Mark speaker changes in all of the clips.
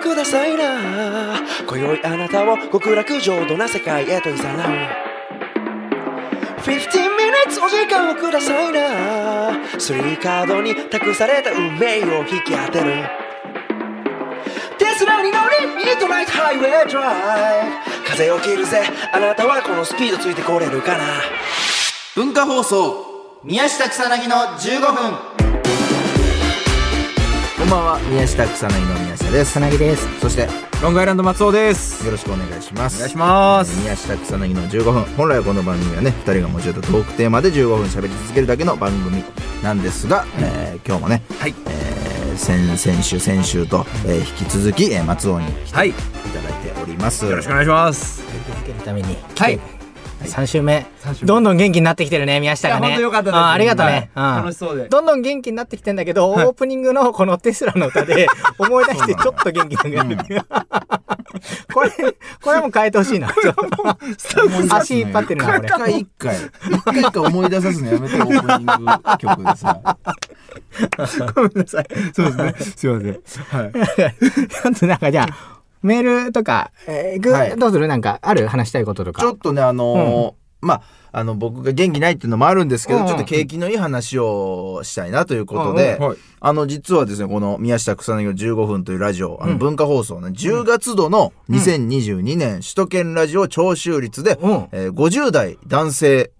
Speaker 1: くださいな今宵あなたを極楽浄土な世界へと誘う15 minutes お時間をくださいなスリーカードに託された運命を引き当てるテスラに乗りミッドナイトハイウェイドライブ風を切るぜあなたはこのスピードついてこれるかな
Speaker 2: 文化放送宮下草薙の15分こんばんは宮下草薙の宮下です
Speaker 3: 草薙です。
Speaker 2: そしてよ
Speaker 4: ロングアイランド松尾です。
Speaker 2: ろしくお願いします
Speaker 4: お願いします
Speaker 2: 宮下草薙の15分本来はこの番組はね2人が持ち寄ったトークテーマで15分喋り続けるだけの番組なんですが、えー今日もね、
Speaker 4: はい。
Speaker 2: えー先先週先週と、えー引き続き、えー松尾に来て
Speaker 4: はい。よ
Speaker 2: いただいております
Speaker 4: ろしくお願いします。
Speaker 3: 続けるために。
Speaker 4: はい。
Speaker 3: 3週目
Speaker 4: 三週目
Speaker 3: どんどん元気になってきてるね宮下
Speaker 4: い
Speaker 3: が
Speaker 4: や
Speaker 3: ね
Speaker 4: 本当よかったです
Speaker 3: あありがとうね、
Speaker 4: はい
Speaker 3: うん
Speaker 4: 楽しそうで
Speaker 3: どんどん元気になってきてんだけど、オープニングのこのテスラの歌 で思い出してちょっと元気なくなる、これこれはもう変えてほしいな ちょっと足引っ張ってるな
Speaker 2: 一
Speaker 3: 俺
Speaker 2: 回一回一回一回思い出さすのやめてオープニング曲でさ
Speaker 4: ごめんなさい。そうですね。すいません。はい。
Speaker 3: ちょっとなんかじゃあメールとか、えーぐ
Speaker 2: はい
Speaker 3: どうするなんかある話したいこと と
Speaker 2: ちょ
Speaker 3: か
Speaker 2: っとねあのーまああの僕が元気ないっていうのもあるんですけど、
Speaker 3: うんうん
Speaker 2: ちょっと景気のいい話をしたいなということで、
Speaker 4: うんうんはい
Speaker 2: あの実はですねこの宮下草薙の15分というラジオあの文化放送ね、10月度の2022年首都圏ラジオ聴取率で、
Speaker 3: うん
Speaker 2: えー50代男性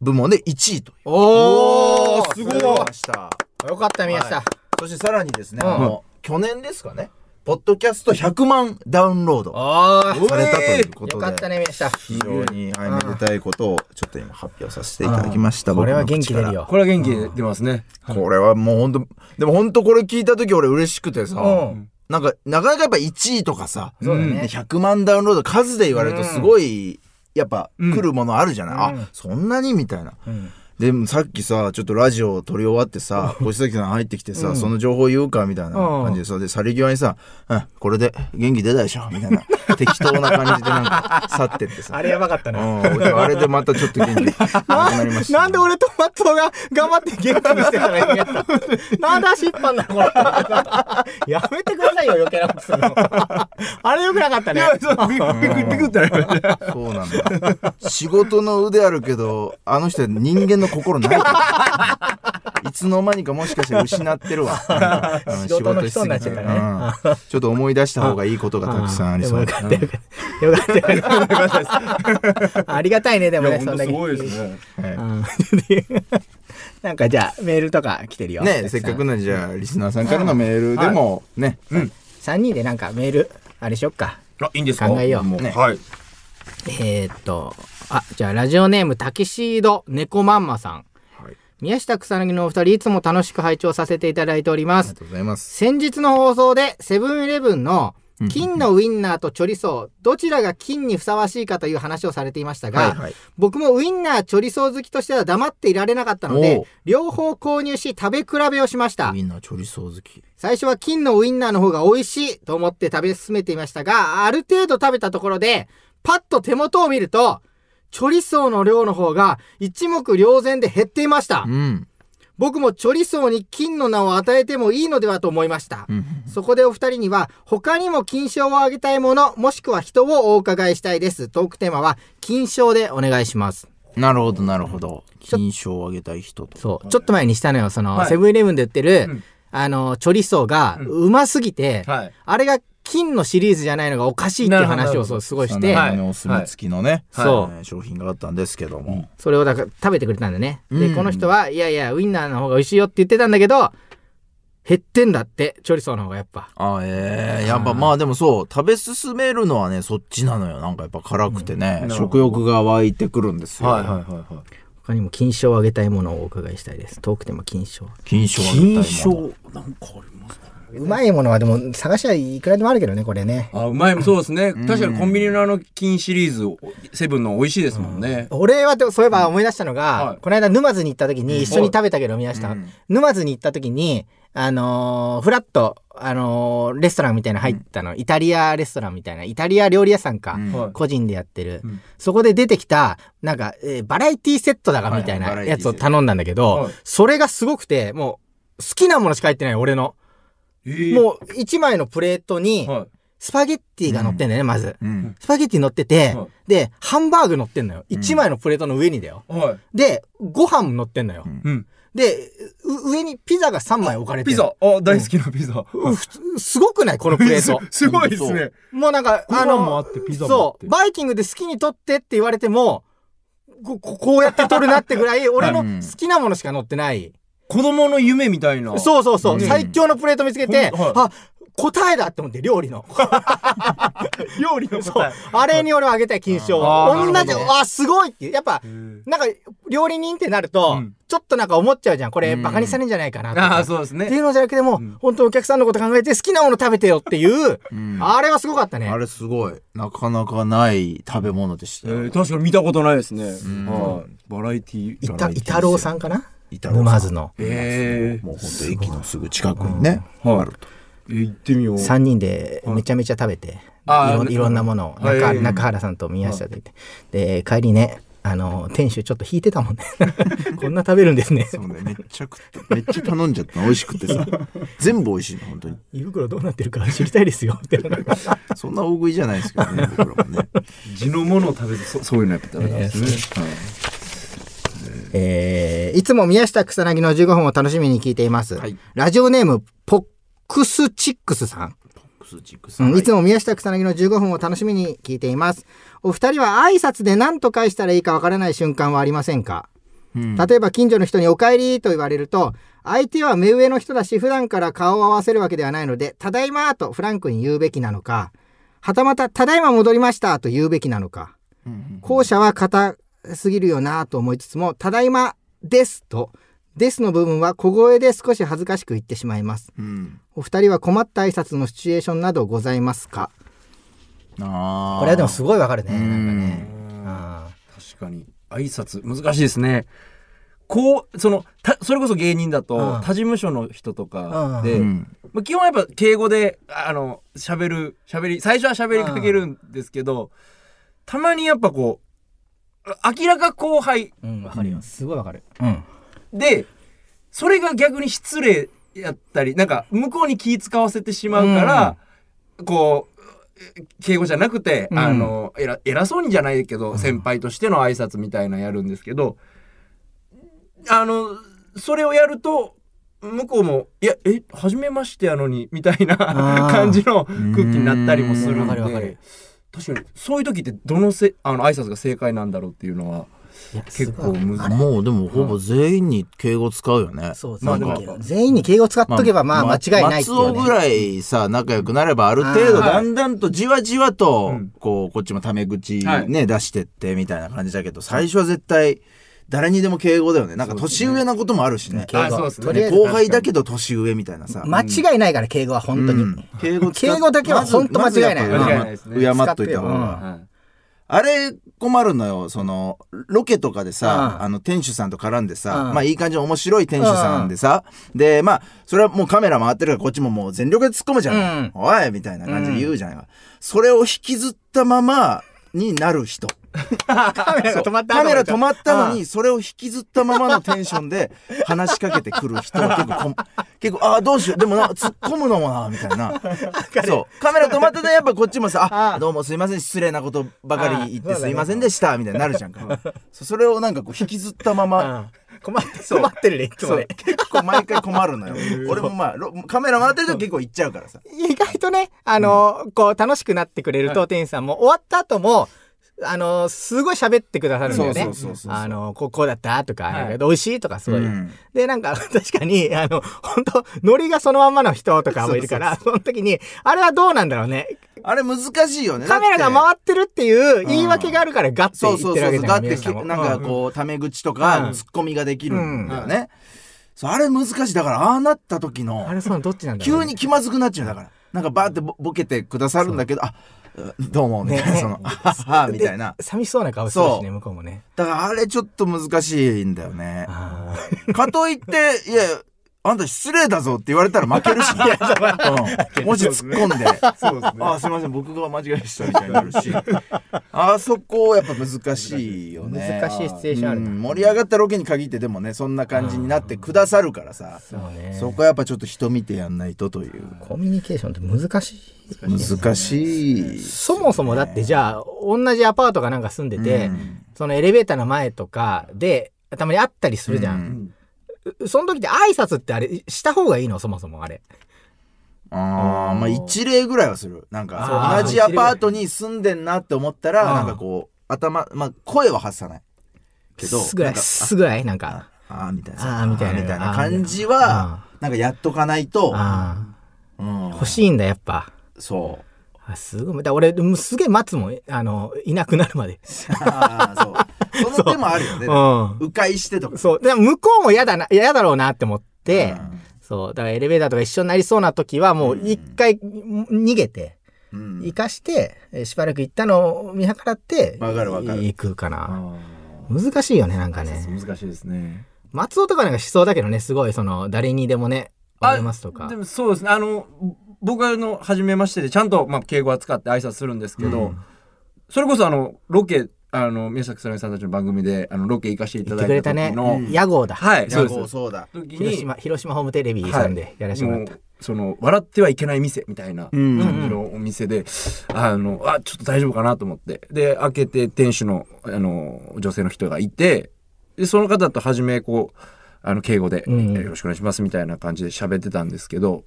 Speaker 2: 部門で1位という
Speaker 3: おー
Speaker 4: すごい
Speaker 2: なりました
Speaker 3: よかった宮下、
Speaker 2: はいそしてさらにですね、
Speaker 3: うん
Speaker 2: あの去年ですかねポッドキャスト100万ダウンロード
Speaker 3: あ
Speaker 2: されたというこ
Speaker 3: ーよ
Speaker 2: と
Speaker 3: かっ
Speaker 2: で
Speaker 3: たね宮下
Speaker 2: 非常にはいめでたいことをちょっと今発表させていただきました
Speaker 3: こ
Speaker 2: 僕
Speaker 3: れ
Speaker 2: の
Speaker 3: は
Speaker 2: 口から
Speaker 3: 元気出るよ
Speaker 4: これは元気出ますね。
Speaker 2: これはもう本当でも本当これ聞いた時俺嬉しくてさ
Speaker 3: うん
Speaker 2: なんかなかなかやっぱ1位とかさ
Speaker 3: そうだね、
Speaker 2: 100万ダウンロード数で言われるとすごいやっぱ来るものあるじゃないあそんなにみたいな
Speaker 3: うん
Speaker 2: でもさっきさちょっとラジオを撮り終わって さ星崎さん入ってきてさその情報言うかみたいな感じでさで去り際にさ「うんこれで元気出たでしょ」みたいな適当な感じでなんか去ってってさ
Speaker 3: あれやばかったな
Speaker 2: うん俺あれでまたちょっと 元気なくなりました。
Speaker 3: なんで俺とマトが頑張って元気にしてたらいいんやったなんで足引っ張んなこれ。やめてくださいよ、余計なことするの。あれ良くなかったね。
Speaker 4: そう、ビクビクビクってなりました。
Speaker 2: そうなんだ。仕事の腕あるけど、あの人は人間の心ないから。いつの間にかもしかして失ってるわ。うん
Speaker 3: 仕事の人になっちゃったね
Speaker 2: うんちょっと思い出した方がいいことがたくさんありそう
Speaker 3: で
Speaker 2: だ
Speaker 3: も
Speaker 2: な。
Speaker 3: よかったよかった。よかったよかったありがたいね、でもね、そんだけ。
Speaker 4: ね。
Speaker 3: う
Speaker 2: は
Speaker 3: ん なんかじゃあ、メールとか来てる
Speaker 2: い
Speaker 3: よ。
Speaker 2: ねせっかくなんでじゃあ、リスナーさんからのメールでも、ね、
Speaker 3: 3人でなんかメール、あれしよっか。
Speaker 4: あ、いいんですか
Speaker 3: 考えよう
Speaker 4: もはい。
Speaker 3: えーっと、あ、じゃあラジオネームタキシード猫まんまさん。
Speaker 2: はい
Speaker 3: 宮下草薙のお二人いつも楽しく拝聴させていただいておりま
Speaker 2: あり
Speaker 3: す
Speaker 2: が。とうございます。
Speaker 3: 先日の放送でセブンイレブンの金のウインナーとチョリソー、どちらが金にふさわしいかという話をされていましたが、
Speaker 2: はいはい
Speaker 3: 僕もウインナーチョリソー好きとしては黙っていられなかったの
Speaker 2: お
Speaker 3: で
Speaker 2: う、
Speaker 3: 両方購入し食べ比べをしました
Speaker 2: み。んなチョリソー好き。
Speaker 3: 最初は金のウインナーの方が美味しいと思って食べ進めていましたが、ある程度食べたところで、パッと手元を見ると、チョリソーの量の方が一目瞭然で減っていました
Speaker 2: う。ん。
Speaker 3: 僕もチョリソーに金の名を与えてもいいのではと思いました。
Speaker 2: うん
Speaker 3: そこでお二人には他にも金賞をあげたいものもしくは人をお伺いしたいですトークテーマは金賞でお願いします
Speaker 2: なるほど、なるほど。金賞をあげたい人と。
Speaker 3: そうちょっと前にしたのよその、
Speaker 4: はい
Speaker 3: セブンイレブンで売ってる、
Speaker 4: うん
Speaker 3: あのチョリソーがうますぎて、
Speaker 4: はい。
Speaker 3: あれが金のシリーズじゃないのがおかしいってい
Speaker 4: な
Speaker 3: う
Speaker 4: るほ
Speaker 3: 話
Speaker 4: ど
Speaker 3: をそうすごいし
Speaker 2: そ
Speaker 3: て、
Speaker 2: の辺のお墨付きのね、
Speaker 3: はいそう
Speaker 2: えー商品があったんですけども。
Speaker 3: それをだから食べてくれたんだね、
Speaker 2: う
Speaker 3: で
Speaker 2: ん
Speaker 3: この人はいやいやウインナーの方が美味しいよって言ってたんだけど減ってんだってチョリソーの方がやっぱ
Speaker 2: あええやっぱまあでもそう食べ進めるのはねそっちなのよなんかやっぱ辛くてね、
Speaker 4: うん
Speaker 2: 食欲が湧いてくるんですよ、
Speaker 4: はいはいはいはい。
Speaker 3: 他にも金賞をあげたいものをお伺いしたいですトークテーマ金賞
Speaker 2: 金賞みたいな
Speaker 4: 金賞、なんかありますか
Speaker 3: うまいものはでも探しはいくらでもあるけどねこれね
Speaker 4: あ、うまいもんそうですね。確かにコンビニのあの金シリーズ、セブンの美味しいですもんね。
Speaker 3: 俺はでもそういえば思い出したのが、
Speaker 4: はい
Speaker 3: この間沼津に行った時に一緒に食べたけど宮下、
Speaker 2: うん
Speaker 3: 沼津に行った時にあのーフラッと、あのーレストランみたいなの入ったの、イタリアレストランみたいなイタリア料理屋さんか、
Speaker 2: うん
Speaker 4: はい
Speaker 3: 個人でやってる、
Speaker 4: うん
Speaker 3: そこで出てきたなんか、えーバラエティセットだがみたい
Speaker 2: はいは
Speaker 3: ないやつを頼んだんだけど、
Speaker 4: バラエティセッ
Speaker 3: それがすごくてもう好きなものしか入ってない俺の、
Speaker 4: えー
Speaker 3: もう1枚のプレートに、
Speaker 4: はい。
Speaker 3: スパゲッティが乗ってんだよね、まず。
Speaker 2: うん。
Speaker 3: スパゲッティ乗ってて、
Speaker 4: はい
Speaker 3: で、ハンバーグ乗ってんのよ。1枚のプレートの上にだよ。
Speaker 4: はい。
Speaker 3: で、ご飯乗ってんのよ。
Speaker 4: うん。
Speaker 3: で、う上にピザが3枚置かれて
Speaker 4: ピ
Speaker 3: る。
Speaker 4: ザ。あ、大好きなピザ。
Speaker 3: うふつすごくないこのプレート。
Speaker 4: すすごいですね。
Speaker 3: もうなんか、
Speaker 5: ご飯もあってピザもあって
Speaker 3: そう、バイキングで好きに取ってって言われても、こここうやって取るなってぐらい、俺の好きなものしか乗ってない。
Speaker 4: 子供の夢みたいな。う。
Speaker 3: そうそうそう、
Speaker 2: うん
Speaker 3: 最強のプレート見つけて、
Speaker 4: ほんはい
Speaker 3: あ、答えだって思って、料理の。
Speaker 4: 料理の答え。
Speaker 3: あれに俺はあげたい、金賞
Speaker 4: あー
Speaker 3: を。
Speaker 4: な
Speaker 3: 同
Speaker 4: る
Speaker 3: じ、
Speaker 4: ほ
Speaker 3: あ、すごいっていう。やっぱ、なんか、料理人ってなると、
Speaker 4: うん
Speaker 3: ちょっとなんか思っちゃうじゃん。これ、
Speaker 2: うん
Speaker 3: バカにされんじゃないかなと
Speaker 4: あ
Speaker 3: か
Speaker 4: あ、そうです
Speaker 3: ってい
Speaker 4: ね。
Speaker 3: うのじゃなくても、
Speaker 4: ん
Speaker 3: 本当お客さんのこと考えて好きなもの食べてよっていう、
Speaker 2: うん
Speaker 3: あれはすごかったね
Speaker 2: あ。れすごい。なかなかない食べ物でした
Speaker 4: え
Speaker 2: よ。
Speaker 4: ー確かに見たことないですね。
Speaker 2: ん
Speaker 4: はい。バラエティ
Speaker 3: い
Speaker 4: ー。
Speaker 3: た、いたろうさんかな
Speaker 2: イタロウさん
Speaker 3: 沼津の。
Speaker 4: え
Speaker 2: もうほんと駅のすぐ近くにね、あると。
Speaker 4: え。行ってみよう。
Speaker 3: 3人でめちゃめちゃ食べて、
Speaker 4: あー
Speaker 3: いろん
Speaker 4: な
Speaker 3: いろんなものを、
Speaker 4: はい
Speaker 3: 中中原さんと宮下で行って、で、帰りね、あの、店主ちょっと引いてたもんね。こんな食べるんですね。
Speaker 2: そうね、めっちゃ食って、めっちゃ頼んじゃったの美味しくてさ。全部美味しいの、本当に。
Speaker 3: 胃袋どうなってるか知りたいですよ。みたいな
Speaker 2: そんな大食いじゃないですけどね、僕らもね。
Speaker 4: 地のものを食べて、そそういうのやっぱ食べたんですね。はい
Speaker 3: えーいつも宮下草薙の15分を楽しみに聞いています。
Speaker 2: はい
Speaker 3: ラジオネーム、ポックスチックスさん。うんいつも宮下草薙の15分を楽しみに聞いています。お二人は挨拶で何と返したらいいかわからない瞬間はありませんか、
Speaker 2: うん
Speaker 3: 例えば近所の人に「お帰り」と言われると相手は目上の人だし普段から顔を合わせるわけではないので「ただいま」とフランクに言うべきなのかはたまた「ただいま戻りました」と言うべきなのか後者は硬すぎるよなと思いつつも「ただいまです」と「です」の部分は小声で少し恥ずかしく言ってしまいます。
Speaker 2: うん。
Speaker 3: お二人は困った挨拶のシチュエーションなどございますか
Speaker 2: ああ。
Speaker 3: これはでもすごいわかるね。なんかね
Speaker 2: う
Speaker 3: あ
Speaker 4: 確かに挨拶難しいですねこうそのたそれこそ芸人だと、
Speaker 3: うん
Speaker 4: 他事務所の人とかで、
Speaker 2: うん。
Speaker 4: まあ、基本やっぱ敬語でああの喋る喋り最初は喋りかけるんですけど、たまにやっぱこうあ明らか後輩
Speaker 3: ー。うん、わかるよ。すごいわかる。
Speaker 4: でそれが逆に失礼やったりなんか向こうに気使わせてしまうから、こう敬語じゃなくて、
Speaker 3: うん
Speaker 4: あの偉偉そうにじゃないけど、先輩としての挨拶みたいなのやるんですけどあのそれをやると向こうも「いやえ初めましてやのに」みたいな
Speaker 3: あー
Speaker 4: 感じの空気になったりもする
Speaker 3: うん
Speaker 4: ん
Speaker 3: わかるわかる
Speaker 4: で確かにそういう時ってどのせあの挨拶が正解なんだろうっていうのは結構難しい。
Speaker 2: もうでもほぼ全員に敬語使うよね。
Speaker 3: そう
Speaker 2: な
Speaker 3: そ
Speaker 2: んか
Speaker 3: う。全員に敬語使っとけば、まあ間違いないって
Speaker 2: 松
Speaker 3: いうね
Speaker 2: 尾ぐらいさ、仲良くなればある程度、
Speaker 4: あー
Speaker 2: だんだんとじわじわと
Speaker 4: うん、
Speaker 2: こう、こっちもタメ口
Speaker 4: はい
Speaker 2: ね、出してってみたいな感じだけど、最初は絶対、誰にでも敬語だよね。なんか年上なこともあるしね。
Speaker 3: 敬
Speaker 4: あそう
Speaker 3: 語。
Speaker 4: ですね
Speaker 3: とりあ
Speaker 2: ね
Speaker 3: え
Speaker 2: 後
Speaker 3: ず、
Speaker 2: 輩だけど年上みたいなさ。
Speaker 3: 間違いないから敬語は本当
Speaker 2: う
Speaker 3: に
Speaker 2: ん。敬語使っ
Speaker 3: 敬語だけは本当間違いな
Speaker 2: ま
Speaker 3: い
Speaker 2: ずやっぱ
Speaker 4: 間違いないです
Speaker 2: 敬
Speaker 4: ね
Speaker 2: 語敬っといた方
Speaker 3: 使ってよ
Speaker 2: が。
Speaker 4: はい
Speaker 2: あれ困るのよ、その、ロケとかでさ、
Speaker 3: うん
Speaker 2: あの、店主さんと絡んでさ、
Speaker 3: うん
Speaker 2: まあいい感じの面白い店主さんでさ、で、まあ、それはもうカメラ回ってるからこっちももう全力で突っ込むじゃん。
Speaker 3: うん
Speaker 2: おいみたいな感じで言うじゃん、それを引きずったままになる人。
Speaker 3: カメラが止まった
Speaker 2: カメラ止まったの
Speaker 3: う
Speaker 2: に、それを引きずったままのテンションで話しかけてくる人は結構こん、 結構、ああ、どうしよう。でもな、突っ込むのもな、みたいな。 そう。カメラ止まってて、やっぱこっちもさ、あどうもすいません、失礼なことばかり言ってすいませんでした、みたいになるじゃんか。そうそれをなんかこう、引きずったまま、
Speaker 3: ん困って、困ってるね、いつも
Speaker 2: そう
Speaker 3: ね。
Speaker 2: 結構毎回困る のよ。俺もまあ、ロカメラ回ってると結構行っちゃうからさ。
Speaker 3: 意外とね、あの、こう、楽しくなってくれると、店員さんも終わった後も、あの、すごい喋ってくださるんだよね
Speaker 2: そうそうそう。そう
Speaker 3: あの、こうこうだったとか、
Speaker 4: はい
Speaker 3: 美味しいとかすごい。
Speaker 2: うん
Speaker 3: で、なんか、 確かに、あの、本当ノリがそのまんまの人とかもいるから、その時に、あれはどうなんだろうね。
Speaker 2: あれ難しいよね。
Speaker 3: カメラ
Speaker 2: だっ
Speaker 3: が
Speaker 2: て
Speaker 3: 回ってるっていう言い訳があるから、ガッて
Speaker 2: そ
Speaker 3: 言
Speaker 2: う
Speaker 3: ってる
Speaker 2: そう
Speaker 3: わ
Speaker 2: そうそ
Speaker 3: けじ
Speaker 2: う。だ
Speaker 3: ゃん。
Speaker 2: って
Speaker 3: 皆さんも
Speaker 2: け、なんかこう、タメ口とか、ツッコミができるんだよね。そう、あれ難しい。だから、ああなった時の
Speaker 3: あ、れ、そうなのどっちなんだろ
Speaker 2: 急
Speaker 3: うね、
Speaker 2: に気まずくなっちゃう。だから、なんかバーってぼボケてくださるんだけど、あ、どうも、みたいな、
Speaker 3: ね
Speaker 2: その、あはは、みたいな。
Speaker 3: 寂しそうな顔してるし
Speaker 2: そ
Speaker 3: ね、
Speaker 2: う
Speaker 3: 向こうもね。
Speaker 2: だから、あれちょっと難しいんだよね。
Speaker 3: あ
Speaker 2: かといって、いや、あんた失礼だぞって言われたら負け るし、うん、もし突っ込んで、
Speaker 4: そうですね
Speaker 2: あすいません、僕が間違えましたみたいになる し、あそこやっぱ難しいよね。
Speaker 3: 難しいシチュエーションあるな
Speaker 2: うん盛り上がったロケに限ってでもね、そんな感じになってくださるからさ、
Speaker 5: そうね
Speaker 2: そこはやっぱちょっと人見てやんないとという。
Speaker 5: コミュニケーションって難しい
Speaker 2: 難しい。
Speaker 3: そもそもだってじゃあ同じアパートかなんか住んでて、
Speaker 2: うん
Speaker 3: そのエレベーターの前とかでたまに会ったりするじゃ、
Speaker 2: うん
Speaker 3: その時って挨拶ってあれした方がいいのそもそもあれ
Speaker 2: ああ、まあ一例ぐらいはする。なん
Speaker 3: あ
Speaker 2: か
Speaker 3: ー、
Speaker 2: 同じアパートに住んでんなって思ったら、
Speaker 3: あー
Speaker 2: なんかこう、頭、まあ声は発さない。けど、
Speaker 3: すぐら
Speaker 2: なん
Speaker 3: い
Speaker 2: か
Speaker 3: すぐらいなん
Speaker 2: あ
Speaker 3: か
Speaker 2: あーみたい
Speaker 3: あ
Speaker 2: な。
Speaker 3: ーみたいな
Speaker 2: あーみたいな感じ
Speaker 3: あ
Speaker 2: は、なんかやっとかないと、
Speaker 3: あ
Speaker 2: うん
Speaker 3: あ欲しいんだやっぱ
Speaker 2: そう。
Speaker 3: あすごいだから俺もうすげえ待つもんあのいなくなるまで
Speaker 2: ああ、そう。その手もあるよね。
Speaker 3: う
Speaker 2: 迂回してとか。
Speaker 3: んそうでも向こうも嫌だな嫌だろうなって思って、
Speaker 2: うん
Speaker 3: そうだからエレベーターとか一緒になりそうな時はもう一回逃げて、
Speaker 2: うん
Speaker 3: 生かして、えーしばらく行ったのを見計らって、
Speaker 2: わかるわかる
Speaker 3: 行くかな。
Speaker 4: あ
Speaker 3: 難しいよね、なんか
Speaker 4: ーそう
Speaker 3: ね。
Speaker 4: 難しいですね。
Speaker 3: 松尾とかなんかしそうだけどね、すごい、その、誰にでもね、
Speaker 4: あ
Speaker 3: ありますとか
Speaker 4: で。もそうですね。あの、僕はあの、初めましてで、ちゃんと、まあ、敬語は使って挨拶するんですけど、それこそあの、ロケ、あの、宮崎さみさんたちの番組で、あの、ロケ行かせていた
Speaker 3: 言っ
Speaker 4: だ
Speaker 3: てくれ
Speaker 4: い
Speaker 3: た
Speaker 4: た
Speaker 3: ね
Speaker 4: 時の、、
Speaker 3: 屋号だ。
Speaker 4: はい、そう
Speaker 2: そ
Speaker 4: で
Speaker 2: う
Speaker 4: す。
Speaker 2: そうそうだ。
Speaker 4: 時に
Speaker 3: 広島、広島ホームテレビさんでやらせてもらった。
Speaker 4: もうその笑ってはいけない店みたいな
Speaker 2: うん
Speaker 4: 感じのお店で、あのあちょっと大丈夫かなと思ってで開けて店主のあの女性の人がいてでその方と初めこうあの敬語で、
Speaker 3: うんうん
Speaker 4: えよろしくお願いします」みたいな感じで喋ってたんですけど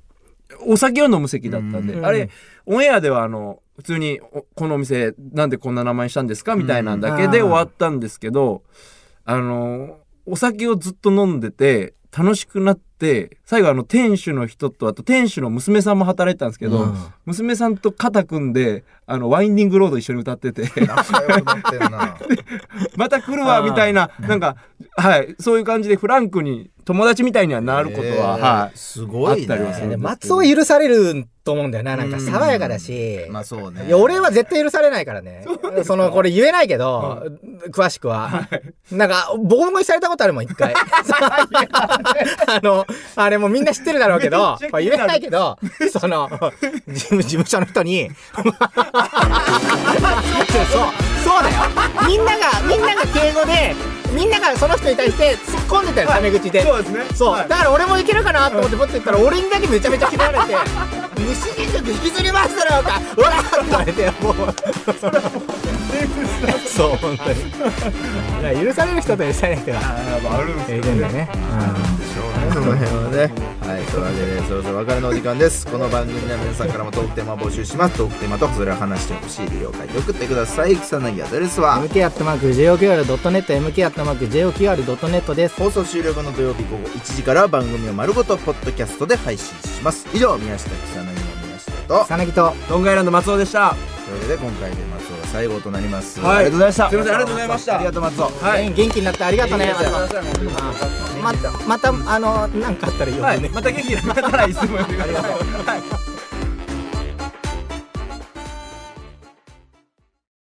Speaker 4: お酒を飲む席だったんで、
Speaker 3: うん
Speaker 4: あれオンエアではあの普通にお「このお店なんでこんな名前にしたんですか?」みたいなんだけで
Speaker 3: うん
Speaker 4: 終わったんですけど、あのお酒をずっと飲んでて楽しくなって最後あの店主の人とあと店主の娘さんも働いてたんですけど、
Speaker 3: うん
Speaker 4: 娘さんと肩組んであの「ワインディングロード」一緒に歌って て
Speaker 2: 仲良くなってんな。
Speaker 4: また来るわ
Speaker 3: あー
Speaker 4: みたいななんか、はい、そういう感じでフランクに友達みたいにはなることは、
Speaker 2: えー
Speaker 4: はい。
Speaker 2: すごい
Speaker 4: あったりはす
Speaker 3: で
Speaker 4: る
Speaker 2: ね。
Speaker 3: 松尾許されると思うんだよな、なんか爽やかだし。
Speaker 2: まあそうね。
Speaker 3: いや俺は絶対許されないからね。その、これ言えないけど、詳しくは。なんか、僕もされたことあるもん、一 回。 あの、あれもうみんな知ってるだろうけど、
Speaker 4: めっちゃ気に
Speaker 3: ま
Speaker 4: なる
Speaker 3: あ言えないけど、その、事務事務所の人に、 そう、そうだよ。みんなが、みんなが敬語で、みんながその人に対して突っ込んでたよ、タメ口で。
Speaker 4: そうですね
Speaker 3: そう、
Speaker 4: はい
Speaker 3: だから俺もいけるかなと思ってポッて言ったら俺にだけめちゃめちゃ嫌われて 「西新宿引きずりますだろ」とか「うわ!」って言われてもうそう本当にだから許される人と許されない人が
Speaker 4: あるんです
Speaker 3: いるんだね、
Speaker 2: その辺はね。はい、というわけで、そろそろお別れのお時間です。この番組では皆さんからもトークテーマを募集します。トークテーマと、それを話してほしい理由を書いて送ってください。草薙アドレスは、
Speaker 3: MK アットマーク JOQR.net MK アットマーク JOQR.net です
Speaker 2: 放送終了後の土曜日午後1時から番組を丸ごとポッドキャストで配信します。以上、宮下草薙の宮下と、
Speaker 3: 草薙と
Speaker 4: ドンガイランド松尾でした
Speaker 2: というわけで今回で松尾が最後となります。
Speaker 4: はい
Speaker 2: ありがとうございました。
Speaker 4: すいませんありがとうございました
Speaker 2: ありがとう松尾。
Speaker 4: はい
Speaker 3: 元気になってありがとうねまたまたあのなんかあったら言おうね、
Speaker 4: はい、また元気になったらいつも呼んでください。はい